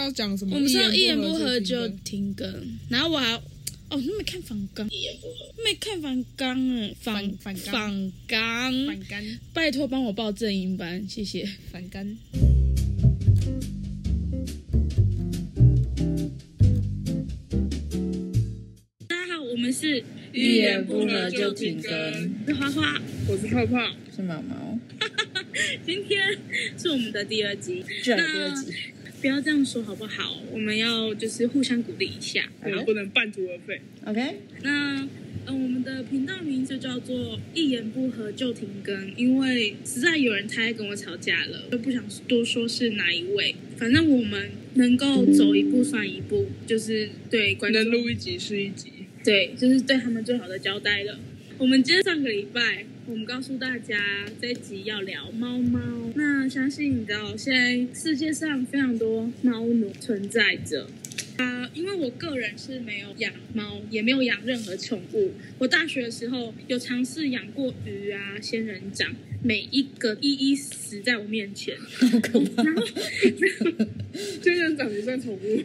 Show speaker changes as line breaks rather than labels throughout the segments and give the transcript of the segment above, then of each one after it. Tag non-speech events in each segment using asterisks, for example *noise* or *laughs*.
要讲什么？
我们是要一
一
言不合
合
就
停更
停更，然后我还哦，你没看反刚，一言不合没看反刚哎，反
反反
反刚，
反干
拜托帮我报正音班，谢谢。
反干。
大家好，我们是
一言不合就停更
我是花花，
我是泡泡，
是毛毛，
今天是我们的第二集，
居然有第二集，
不要这样说好不好？我们要就是互相鼓励一下。
我们不能半途而废。
OK，
那呃，我们的频道名就叫做“一言不合就停更”，因为实在有人太爱跟我吵架了，就不想多说是哪一位。反正我们能够走一步算一步，就是对观众
能录一集是一集，
对，就是对他们最好的交代了。我们今天上个礼拜，我们告诉大家这一集要聊猫猫。那相信你知道，现在世界上非常多猫奴存在着。啊、因为我个人是没有养猫，也没有养任何宠物。我大学的时候有尝试养过鱼啊、仙人掌，每一个一一死在我面前。
好可怕，
然后
仙人掌不算宠物，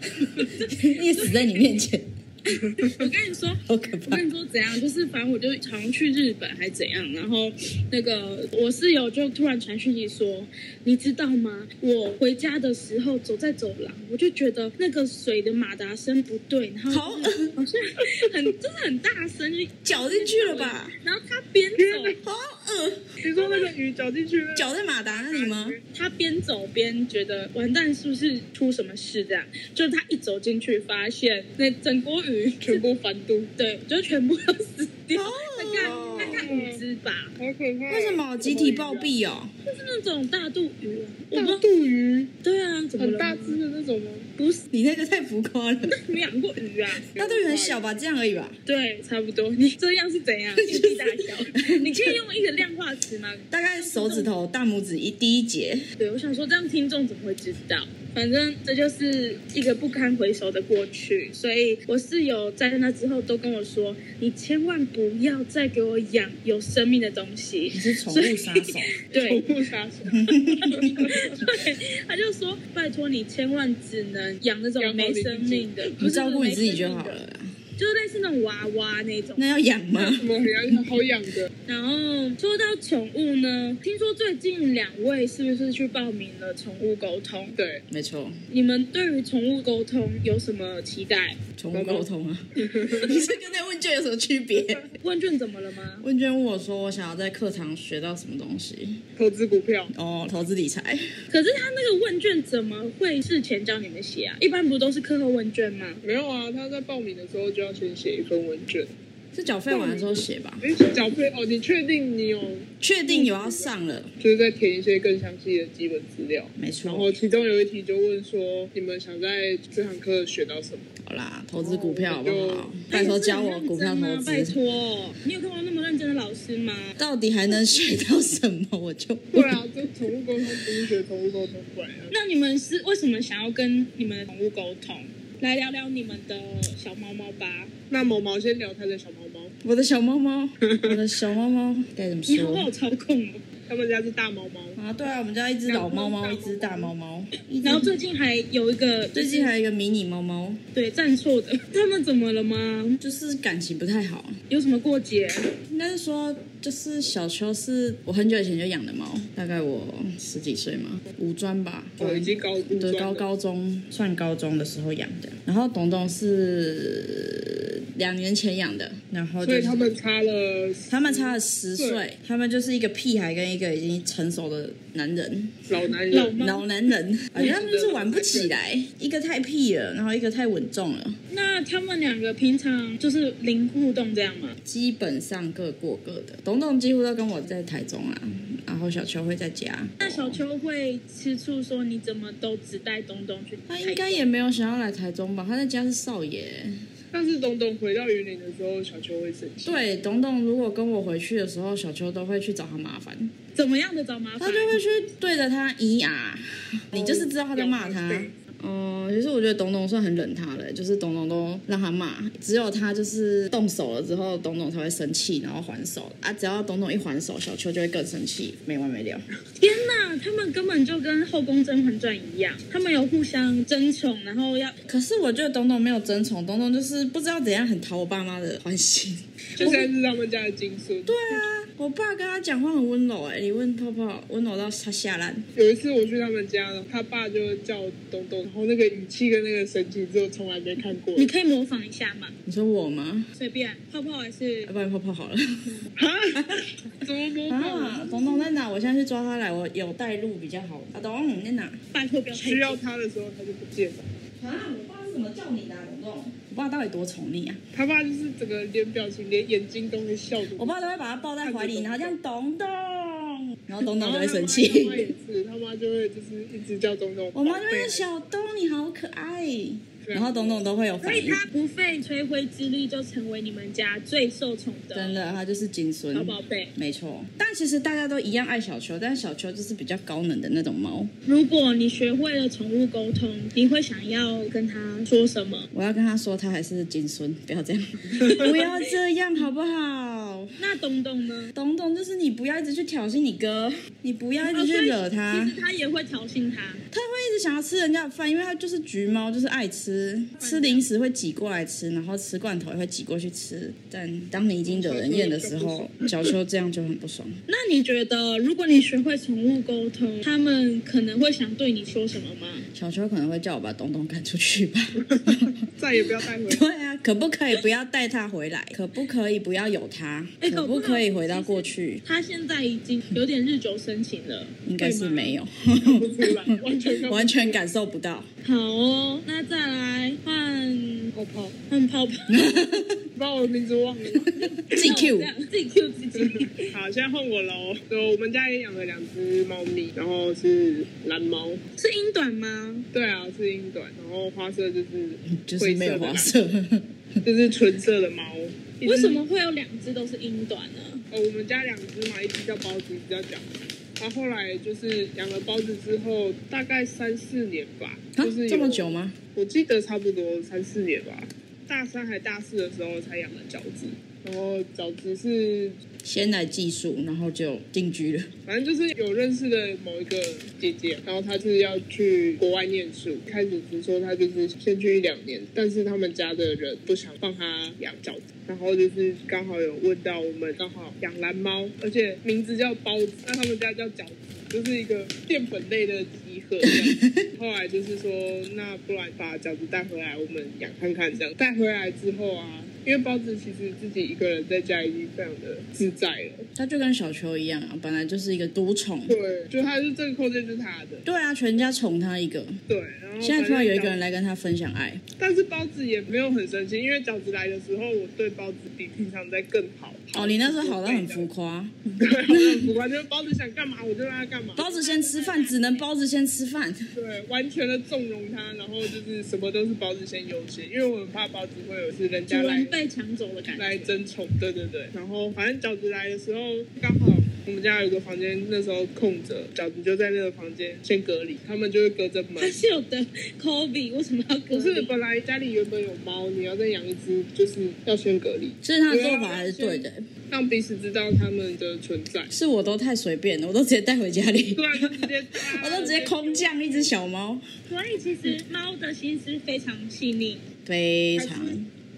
一死在你面前，
我跟你说，
哦
好可
我
怕
跟。你说怎样，就是反正我就好像去日本还怎样，然后那个我室友就突然传讯息说，你知道吗？我回家的时候走在走廊，我就觉得那个水的马达声不对，然后就是好像很就是很大声，就
搅进去了吧？
然后他边走
好恶，
你说那个鱼搅进去了，
搅在马达那里吗？
他边走边觉得完蛋是不是出什么事这样，就是他一走进去发现那整锅鱼
全部翻肚，
对，就全部都死掉，大概
哦
大概五只吧。
好可怕！
为什？么集体暴毙哦？
是那种大肚鱼啊，我
大
不
肚鱼，
对啊，怎么
很
了
大
吗？
只的那种吗？
不是
你那个太浮
*laughs*
夸了，
没养过鱼啊？
那都很小吧，这样而已吧。
对，差不多。你这样是怎
*laughs*
样？一粒大小？你可以用一个量化词吗？
大概手指头、大拇指一第一节，
对，我想说这样听众怎么会知道？反正这就是一个不堪回首的过去，所以我室友在那之后都跟我说，你千万不要再给我养有生命的东西
你。是宠物杀
*laughs*
手，
对，
宠物杀手，
*laughs* 对，他就说拜托你千万只能养那种没生命的，不
你
是
照顾你自己就
没生
好
命的
了啦。
就是类似那种娃娃那种。
那要养
*laughs*
吗？
什么很好养的？
然后说到宠物呢，听说最近两位是不是去报名了宠物沟通？
对，
没错，
你们对于宠物沟通有什么期待？
宠物沟通啊。 *laughs* 你这跟那问卷有什么区
*laughs*
别？
问卷怎么了吗？
问卷问我说，我想要在课堂学到什么东西？
投资股票，
哦，投资理财。
可是他那个问卷怎么会事前教你们写啊？一般不都是课后问卷吗？
没有啊，他在报名的时候就要先写一份文卷。
是缴费完了之后写吧？
哎，缴费哦，你确定你有
确定有要上了，
就是在填一些更详细的基本资料？
没
然
错。
后其中有一题就问说，你们想在这堂课学到什么？
好啦，投资股票好不
哦
好？拜托教我
哎你
股
是
票
很认真
投
吗拜
资。
托，你有看过那么认真的老师吗？
到底还能学到什么？我就 *laughs*
对啊，这宠物沟通不是学宠物沟通过来的。
那你们是为什么想要跟你们的宠物沟通？来聊聊你们的小猫猫吧。
那毛毛先聊他的小猫猫，
我的小猫猫，我的小猫猫该怎么
你好
说
好操控哦。
他们家是大猫猫，
啊？对啊，我们家一只老猫猫，一只大猫猫，一只
然后最近还有一个，
最近还有一个迷你猫猫，
对站错的， *laughs* 他们怎么了吗？
就是感情不太好。
有什么过节？
应该是说，就是小球是我很久以前就养的猫，大概我十几岁嘛，五专吧，
哦，已经高嗯估
对，高高中算高中的时候养的。然后董董是两年前养的，然后
所
就
以
是
他们差了，
他们差了十
对
岁，他们就是一个屁孩跟一个已经成熟的男人，
老男
老
人，
猫？
老男人，感觉他们就是玩不起
*laughs*
来，一个太屁了，然后一个太稳重了，
那他们两个平常就是零互动这样吗？
基本上各过各的。董董几乎都跟我在台中啊，
嗯
然后小秋会在家。
那小秋会吃醋说你怎么都只带东东去？
他应该也没有想要来台中吧？他在家是少爷。
但是东东回到云林的时候，小秋会生气。
对，董董如果跟我回去的时候，小秋都会去找他麻烦，
怎么样的找麻
他
烦
就？会去对着他咿呀，你就是知道他在骂他。嗯，其实我觉得董董算很忍他了，就是董董都让他骂，只有他就是动手了之后，董董才会生气，然后还手啊。只要董董一还手，小秋就会更生气，没完没了。
天哪，他们根本就跟《后宫甄嬛传》一样，他们有互相争宠，然后要
可是我觉得董董没有争宠，董董就是不知道怎样很讨我爸妈的欢心。 *laughs*
就现在是他们家的金孙。
对啊，我爸跟他讲话很温柔哎、你问泡泡温柔到他下烂。
有一次我去他们家了，他爸就叫我东东，然后那个语气跟那个神情，就从来没看过。
你可以模仿一下嘛，
你说我吗？
随便，泡泡还是
要不然泡泡好了。
啊？怎么模仿啊？
啊，董董在哪？我现在去抓他来，我有带路比较好。啊，董董你在哪？
拜托不要太
需要他的时候他就不见了。
啊，我爸是怎么叫你的、啊董董？我爸到底多宠你啊？
他爸就是整个连表情、连眼睛都会笑的。
我爸都会把他抱在怀里，然后这样董董，然后董
然
董
后
就
他妈
会生
他妈也
气。
是，他妈就会就是一直叫东东。
*laughs* 我妈就会说小东你好可爱，然后董董都会有
所
反
以
应。
他不费吹灰之力就成为你们家最受宠
真
的
的，他就是金
小
孙，
宝贝。
没错。但其实大家都一样爱小秋，但是小秋就是比较高冷的那种猫。
如果你学会了宠物沟通，你会想要跟他说什么？
我要跟他说，他还是金孙，不要这 *laughs* 样，不要这样，好不好？
那东东呢？
董董就是你不要一直去挑衅你哥，你不要一直去惹他。
啊其实他也会挑衅他。
他会一直想要吃人家的饭，因为他就是橘猫，就是爱吃，吃零食会挤过来吃，然后吃罐头也会挤过去吃。但当你已经惹人厌的时候，小秋这样就很不爽。
那你觉得，如果你学会宠物沟通，他们可能会想对你说什么吗？
小秋可能会叫我把东东赶出去吧。
*laughs* 再也不要带回来。
对啊，可不可以不要带他回来？可不可以不要有他？
哎
可不可以回到过去？
他现在已经有点日久生情了。
应该是没有，
不出来，完全看不出来
完全感受不到。
好哦，那再来换
泡泡，
换泡泡，
把我的名字忘了。
GQ
*laughs* *laughs* 自己 Q 自己。
*laughs* 好，现在换我喽。就我们家也养了两只猫咪，然后是蓝猫，
是英短吗？
对啊，是英短，然后花色就是
就是没有花色，
就是纯色的猫。一只
为什？么会有两只都是英短呢？
呃，我们家两只嘛，一只叫包子，一只叫饺子。然后后来就是养了包子之后，大概三四年吧，
*laughs* 啊
就是有
这么久吗？
我记得差不多三四年吧，大三还大四的时候才养了饺子，然后饺子是
先来技术，然后就定居了。
反正就是有认识的某一个姐姐，然后她就是要去国外念书，开始只说她就是先去一两年，但是他们家的人不想放她养饺子，然后就是刚好有问到我们刚好养蓝猫，而且名字叫包子，那他们家叫饺子。就是一个淀粉类的集合这样。后来就是说，那不然把饺子带回来，我们养看看这样。带回来之后啊，因为包子其实自己一个人在家已经非常的自在了，
他就跟小球一样啊，本来就是一个独宠。
对，就他是这个空间是他的，
对啊，全家宠他一个。
对。然后
现在突然有一个人
来，
来跟他分享爱，
但是包子也没有很生气，因为饺子来的时候，我对包子比平常在更好。
哦，你那时候好到很浮夸。
*laughs* 对，好像很浮夸，就是包子想干嘛我就让他干嘛，
包子先吃饭，只能包子先吃饭。
对，完全的纵容他，然后就是什么都是包子先优先，因为我很怕包子会有是人
主
家来
人被抢走的感觉。
来争宠，对对对。然后反正饺子来的时候，刚好我们家有个房间那时候空着，饺子就在那个房间先隔离，他们就会隔着门
他。是有的 Kobe，为什么要隔
可是
离？
本来家里原本有猫，你要再养一只，就是要先隔离，
其实他的做法还是对的，
让彼此知道它们的存在。
是我都太随便了，我都直接带回家里
对，啊，就直接
*laughs* 我都直接空降一只小猫，
所以其实猫的心思非常细腻。
非常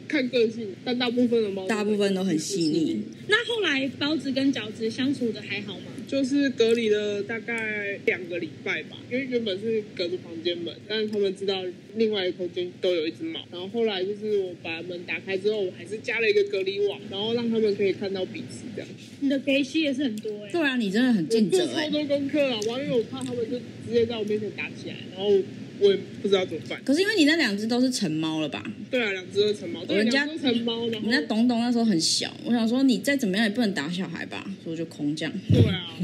看个性，但大部分的猫，
大部分都很细腻。
那后来包子跟饺子相处的还好吗？
就是隔离了大概两个礼拜吧，因为原本是隔着房间门，但是他们知道另外一个空间都有一只猫。然后后来就是我把门打开之后，我还是加了一个隔离网，然后让他们可以看到彼此这样。
你的给息也是很多哎、
对啊，你真的很
我
尽
做
责
超
哎、
多功课了，哇因为我怕他们就直接在我面前打起来，然后我也不知道怎么办。
可是因为你那两只都是成猫了吧？
对啊，两只都是成猫，对，
人家
两只都成猫，然
你那
后
董董那时候很小，我想说你再怎么样也不能打小孩吧，所以我就空降。
对啊，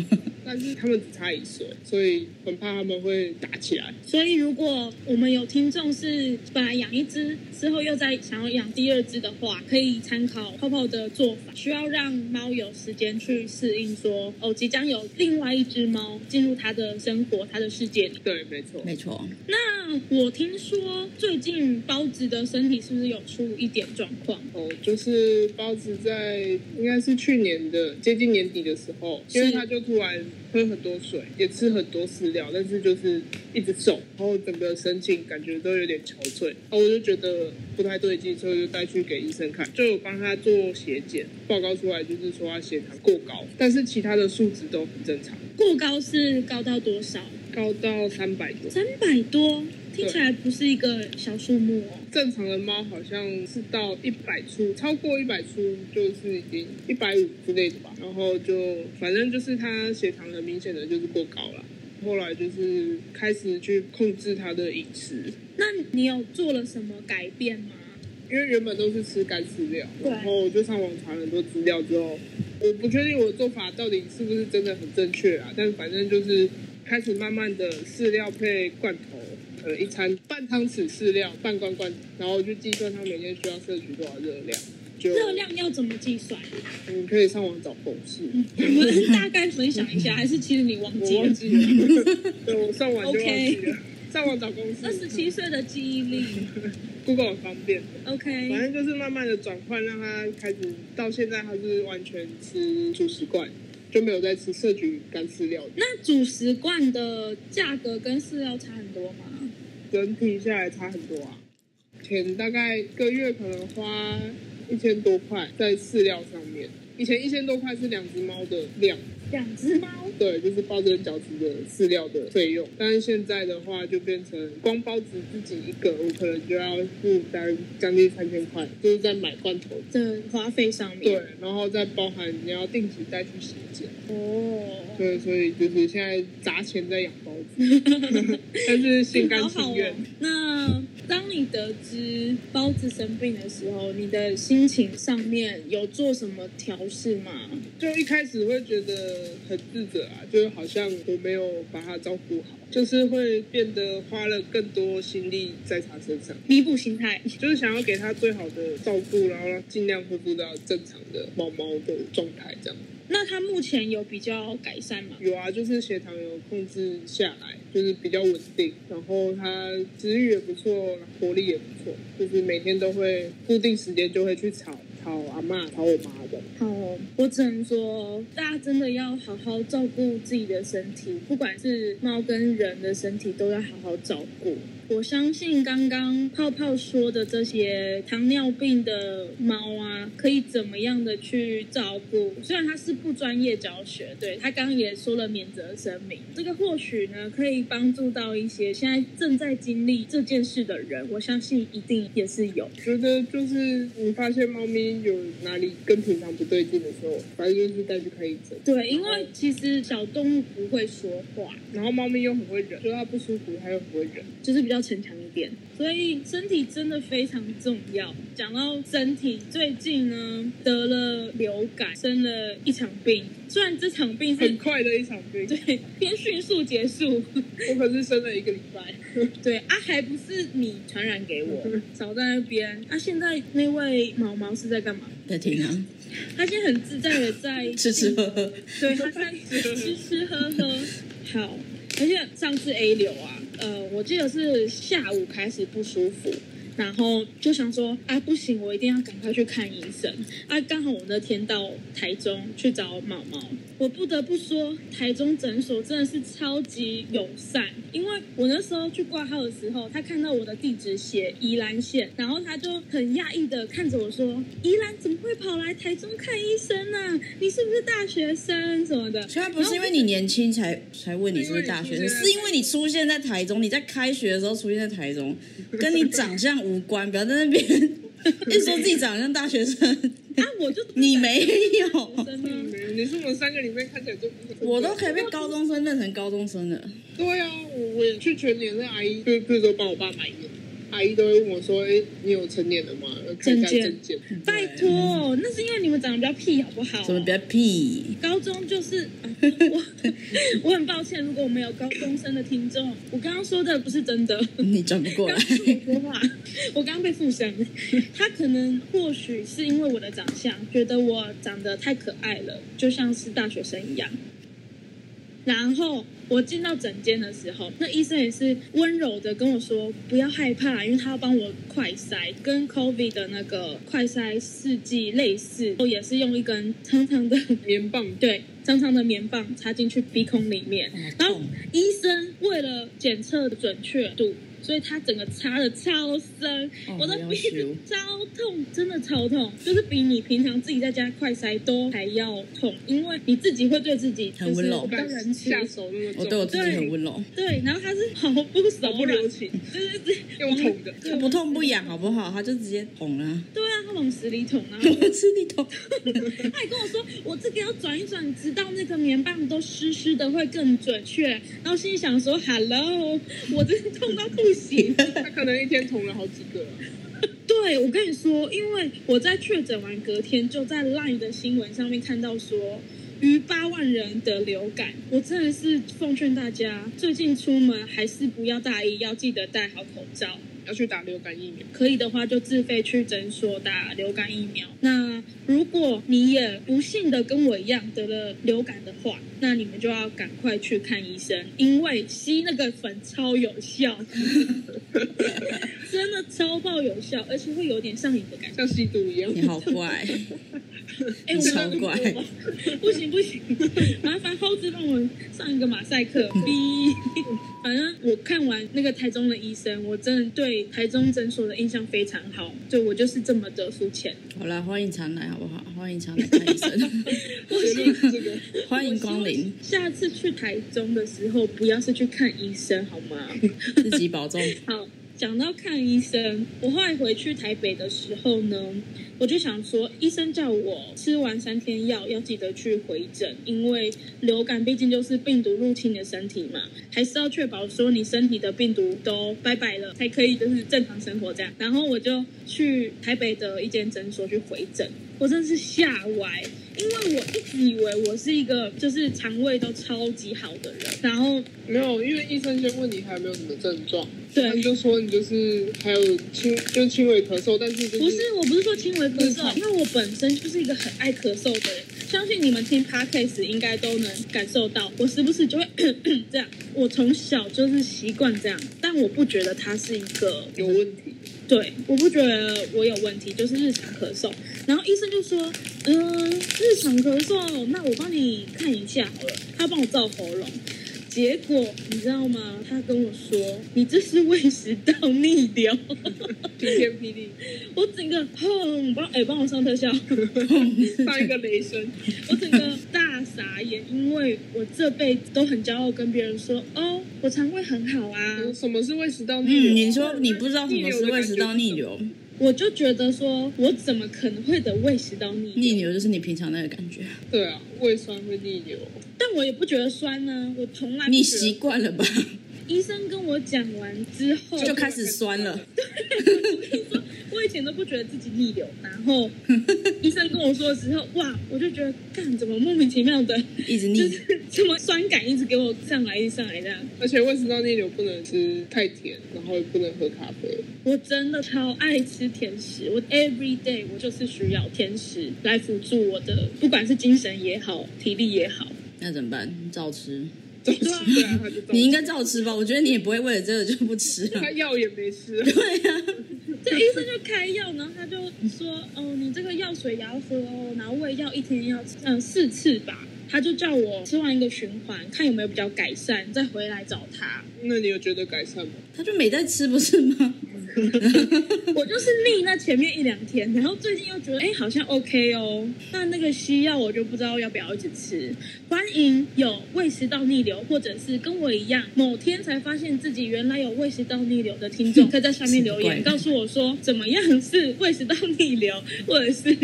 但是他们只差一岁，所以很怕他们会打起来。
所以，如果我们有听众是本来养一只，之后又在想要养第二只的话，可以参考泡泡的做法，需要让猫有时间去适应说哦，即将有另外一只猫进入它的生活、它的世界里。
对，没错，
没错，
那我听说最近包子的身体是不是有出一点状况？
哦，就是包子在应该是去年的接近年底的时候，因为
是
他就突然喝很多水，也吃很多饲料，但是就是一直瘦，然后整个神情感觉都有点憔悴，然后我就觉得不太对劲，所以我就带去给医生看，就有帮他做血检，报告出来就是说他血糖过高，但是其他的数值都很正常，
过高是高到多少？
高到三百多。
三百多，听起来不是一个小数目哦。
正常的猫好像是到一百出，超过一百出就是已经一百五之类的吧。然后就反正就是它血糖很明显的就是过高了。后来就是开始去控制它的饮食，
那你有做了什么改变吗？
因为原本都是吃干饲料，
对
然后我就上网查很多资料之后，我不确定我的做法到底是不是真的很正确啊，但反正就是开始慢慢的饲料配罐头，呃，一餐半汤匙饲料，半罐罐头，然后就计算它每天需要摄取多少热量。就
热量嗯要怎么计算？
你可以上网找公式，
我们大概分享一下，还是其实你忘
我
记
忘
了？
记了， *laughs* 对我上网就忘记了。上网找公
二十
式
七岁的记忆力
，Google 很方便。反
，OK，
正就是慢慢的转换，让他开始到现在，他是完全吃主食罐，就没有再吃摄取干饲料。
那主食罐的价格跟饲料差很多吗？
整体下来差很多啊，前大概一个月可能花一千多块在饲料上面，以前一千多块是两只猫的量。
两只猫，
对，就是包子跟饺子的饲料的费用。但是现在的话，就变成光包子自己一个，我可能就要负担将近三千块，就是在买罐头。
的花费上
对
面，，
然后再包含你要定期再去洗检，
哦，
对，所以就是现在砸钱在养包子，
*laughs*
但是心甘
好好
情
哦
愿。。
那当你得知包子生病的时候，你的心情上面有做什么调试吗？
就一开始会觉得很自责啊，就是好像我没有把它照顾好，就是会变得花了更多心力在它身上。
弥补心态，
就是想要给它最好的照顾，然后让尽量恢复到正常的猫猫的状态，这样。
那它目前有比较改善吗？
有啊，就是血糖有控制下来，就是比较稳定，然后它食欲也不错，活力也不错，就是每天都会固定时间就会去吵吵阿妈、吵我妈的。
哦，我只能说，大家真的要好好照顾自己的身体，不管是猫跟人的身体，都要好好照顾。我相信刚刚泡泡说的这些糖尿病的猫啊，可以怎么样的去照顾？虽然它是不专业教学，对他刚刚也说了免责声明，这个或许呢可以帮助到一些现在正在经历这件事的人，我相信一定也是有。
觉得就是你发现猫咪有哪里跟平常不对劲的时候，反正就是带去看医生。
对，因为其实小动物不会说话，
然后猫咪又很会忍，就它不舒服它又很会忍。
就是比较逞强一点，所以身体真的非常重要。讲到身体，最近呢得了流感，生了一场病，虽然这场病是
很快的一场病，
对偏迅速结束，
我可是生了一个礼拜。
对啊，还不是你传染给我，少在那边。啊，现在那位毛毛是在干嘛？
在听啊，
他现在很自在的在
吃吃喝喝，
对，他在吃吃喝喝。好，而且上次 A 流啊，呃，我记得是下午开始不舒服。然后就想说啊，不行，我一定要赶快去看医生啊！刚好我那天到台中去找毛毛，我不得不说，台中诊所真的是超级友善，因为我那时候去挂号的时候，他看到我的地址写宜兰县，然后他就很讶异的看着我说：“宜兰怎么会跑来台中看医生呢、你是不是大学生什么的？”
虽然不是因为你年轻才才问你是不是大学生，是因为你出现在台中，你在开学的时候出现在台 *laughs* 中，跟你长相无关，不要在那 *laughs* 边一直说自己长得像大学生，
啊，
*laughs*
我就
你没有，
真的
嗯你是我们三个里面看起来最不是
我都可以被高中生认成高中生了。
对啊，我我也去全年那阿姨，就比如说帮我爸买烟，阿姨都会问我说：“哎、你有成年了吗？”看一下证件。
*laughs* 拜托，那是因为你们长得比较屁，好不好？
什么比较屁？
高中就是， *laughs* 啊我我很抱歉，如果我们有高中生的听众，我刚刚说的不是真的，
你转不过来 *laughs*
刚。是我说话，我刚刚被附身。他可能或许是因为我的长相，觉得我长得太可爱了，就像是大学生一样。然后我进到诊间的时候，那医生也是温柔的跟我说不要害怕，因为他要帮我快筛，跟 COVID 的那个快筛试剂类似，我也是用一根长长的
棉棒
对，长长的棉棒插进去鼻孔里面，然后医生为了检测准确度，所以他整个插的超深，
哦
我的
要
鼻
修
子超痛，真的超痛，就是比你平常自己在家快塞都还要痛，因为你自己会对自己
很
就
温
是
柔
当然吃
下手那么重，
我对我自己很温柔，
对，然后他是毫不手
手不
软
留，情，
就是直接
用捅的。
他不痛不痒，好不好？他就直接捅了啊。 *laughs*
对啊，他往死里捅，然后
我吃你捅，
他还跟我说，我这个要转一转，直到那个棉棒都湿湿的会更准确。然后心里想说，Hello，我真的痛到不行。
他可能一天捅了好几个、
对，我跟你说，因为我在确诊完隔天就在 LINE 的新闻上面看到说。逾八万人得流感，我真的是奉劝大家，最近出门还是不要大意，要记得戴好口罩。
要去打流感疫苗。
可以的话就自费去诊所打流感疫苗。那如果你也不幸的跟我一样得了流感的话，那你们就要赶快去看医生，因为吸那个粉超有效， *laughs* 真的超爆有效，而且会有点上瘾的感觉。
像吸毒一样，
你好怪，
哎，我
超
们
怪。
不行不行，麻烦猴子帮我们上一个马赛克。B，反正我看完那个台中的医生，我真的对台中诊所的印象非常好。就我就是这么的肤浅。
好啦，欢迎常来，好不好？欢迎常来看医生，
结论是这个。
欢迎光临，
下次去台中的时候，不要是去看医生好吗？
自己保重。
好，讲到看医生，我后来回去台北的时候呢，我就想说，医生叫我吃完三天药要记得去回诊，因为流感毕竟就是病毒入侵你的身体嘛，还是要确保说你身体的病毒都拜拜了，才可以就是正常生活这样。然后我就去台北的一间诊所去回诊，我真的是吓歪。因为我一直以为我是一个就是肠胃都超级好的人，然后
没有，因为医生先问你还有没有什么症状，
对
他就说你就是还有轻，就是轻微咳嗽，但是就是
不是，我不是说轻微咳
日
嗽啊
常，
因为我本身就是一个很爱咳嗽的人，相信你们听 podcast 应该都能感受到，我时不时就会 *coughs* 这样。我从小就是习惯这样，但我不觉得它是一个
有问题。
对，我不觉得我有问题，就是日常咳嗽。然后医生就说，嗯、日常咳嗽，那我帮你看一下好了。他帮我照喉咙，结果你知道吗？他跟我说，你这是胃食道逆流。
晴天霹雳，
我整个砰，帮哎帮我上
*laughs*
特效，
上一个雷声，
我整个大傻眼，因为我这辈子都很骄傲跟别人说，哦，我肠胃很好啊，
什么是胃食道逆流？啊
嗯，你说你不知道什么是胃食道逆流，
我就觉得说我怎么可能会得胃食道逆
逆
流？
流就是你平常那个感觉，
对啊，胃酸会逆流，
但我也不觉得酸呢、我从来不
你
觉得
习惯了吧？
医生跟我讲完之后，
就开始酸了。
我以前都不觉得自己逆流，然
*laughs*
后医生跟我说的时候，哇，我就觉得干怎么莫名其妙的，
一直
就
腻，
是怎么酸感一直给我上来，一直上来这样。
而且胃食道逆流不能吃太甜，然后也不能喝咖啡。
我真的超爱吃甜食，我 every day 我就是需要甜食来辅助我的，不管是精神也好，体力也好。
那怎么办？照吃，
总之，对啊，他就
你应
中。
该照吃吧？我觉得你也不会为了这个就不吃
*laughs*
啊。
他药也没吃，
这医生就开药，然后他就说，哦，你这个药水也要喝哦，然后胃药一天要吃嗯、四次吧。他就叫我吃完一个循环，看有没有比较改善，再回来找他。
那你有觉得改善吗？
他就没在吃，不是吗？
我就是腻那前面一两天，然后最近又觉得哎、好像 OK 哦。那那个西药我就不知道要不要一直吃。欢迎有胃食道逆流，或者是跟我一样某天才发现自己原来有胃食道逆流的听众，可以在下面留言
奇怪
告诉我说怎么样是胃食道逆流，或者是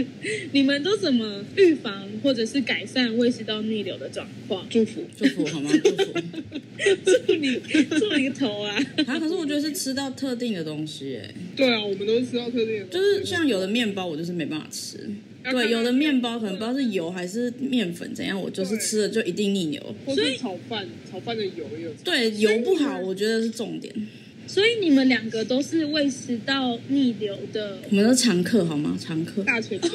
你们都怎么预防或者是改善胃食道逆流的状况。 *laughs*
祝福。
祝福好吗？祝福。
祝你祝你个头啊！
啊，可是我觉得是吃到特定的东
西、欸，
对啊，我们都是吃到特定的东西，
就是像有的面包我就是没办法吃，
要看
对，
到
有的面包可能不知道是油还是面粉怎样，我就是
对
吃了就一定腻油。
或
所
是
以
炒饭，炒饭的油也有差。
对，油不好，我觉得是重点。
所以你们两个都是胃食道逆流的，
我们都常客好吗？常客，
大前辈，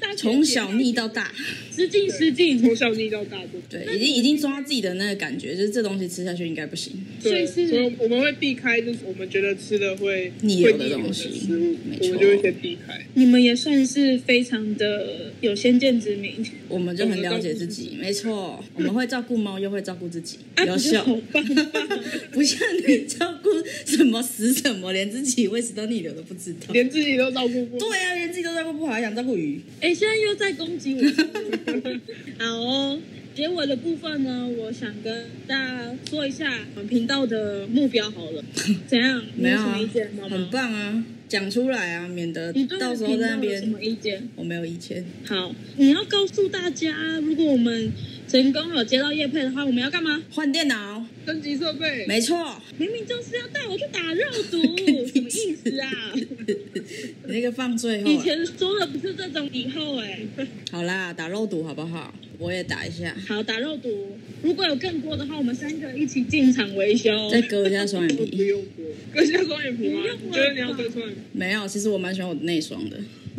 大学姐
从小腻到大，
失敬失敬，
从小腻到大都
对，已经已经抓自己的那个感觉，就是这东西吃下去应该不行。
所以
对，
是
所以我们会避开，就是我们觉得吃的会
腻
会
油的
腻油
东
的
西
食物，
没
我
错
们就会先避开。
你们也算是非常的有先见之明，
我们就很了解自己，没错，我们会照顾猫，又会照顾自己，
啊
优
你就
秀。
好棒棒。
*laughs* 不像你照顾什么死什么，连自己胃食道逆流都不知道。
连自己都照顾不好，
对啊，连自己都照顾不好，还想照顾鱼？
哎、现在又在攻击我。 *laughs* 好哦，结尾的部分呢，我想跟大家说一下我们频道的目标好了。怎样？你
没有
什
啊
么意见吗？，
很棒啊，讲出来啊，免得
你对我
到
们
时候
频
在
道
那
有什
边
么意见？
我没有意见。
好，你要告诉大家，如果我们成功有接到叶配的话，我们要干嘛？
换电脑，
升级设备，
没错，
明明就是要带我去打肉
*laughs*
毒，什么意思啊？
你那个放 *laughs* 最后
以
啊。
前说的不是这种，以后哎、
好啦，打肉毒好不好？我也打一下，
好，打肉毒，如果有更多的话，我们三个一起进场维修。
再割一下双眼
不
皮。
用过，割下双眼皮吗
不用？了
你觉得你要割双眼皮？
没有，其实我蛮喜欢我的内双的，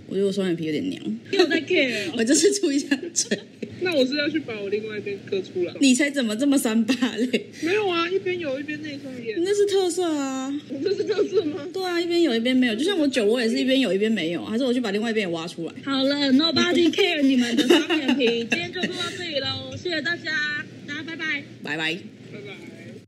我觉得我双眼皮有点娘，
又在 care 哦
我就是出一下嘴。
那我是要去把我另外一边割出来。
你才怎么这么三八嘞？
没有啊，一边有一边内双眼，
那是特色啊。
这是特色吗？
对啊，一边有一边没有，就像我酒，我也是一边有一边没有，还是我去把另外一边也挖出来。
好了，Nobody care 你们的双眼皮，今天就录到这里喽，谢谢大家，大家拜拜。
拜拜。
拜拜。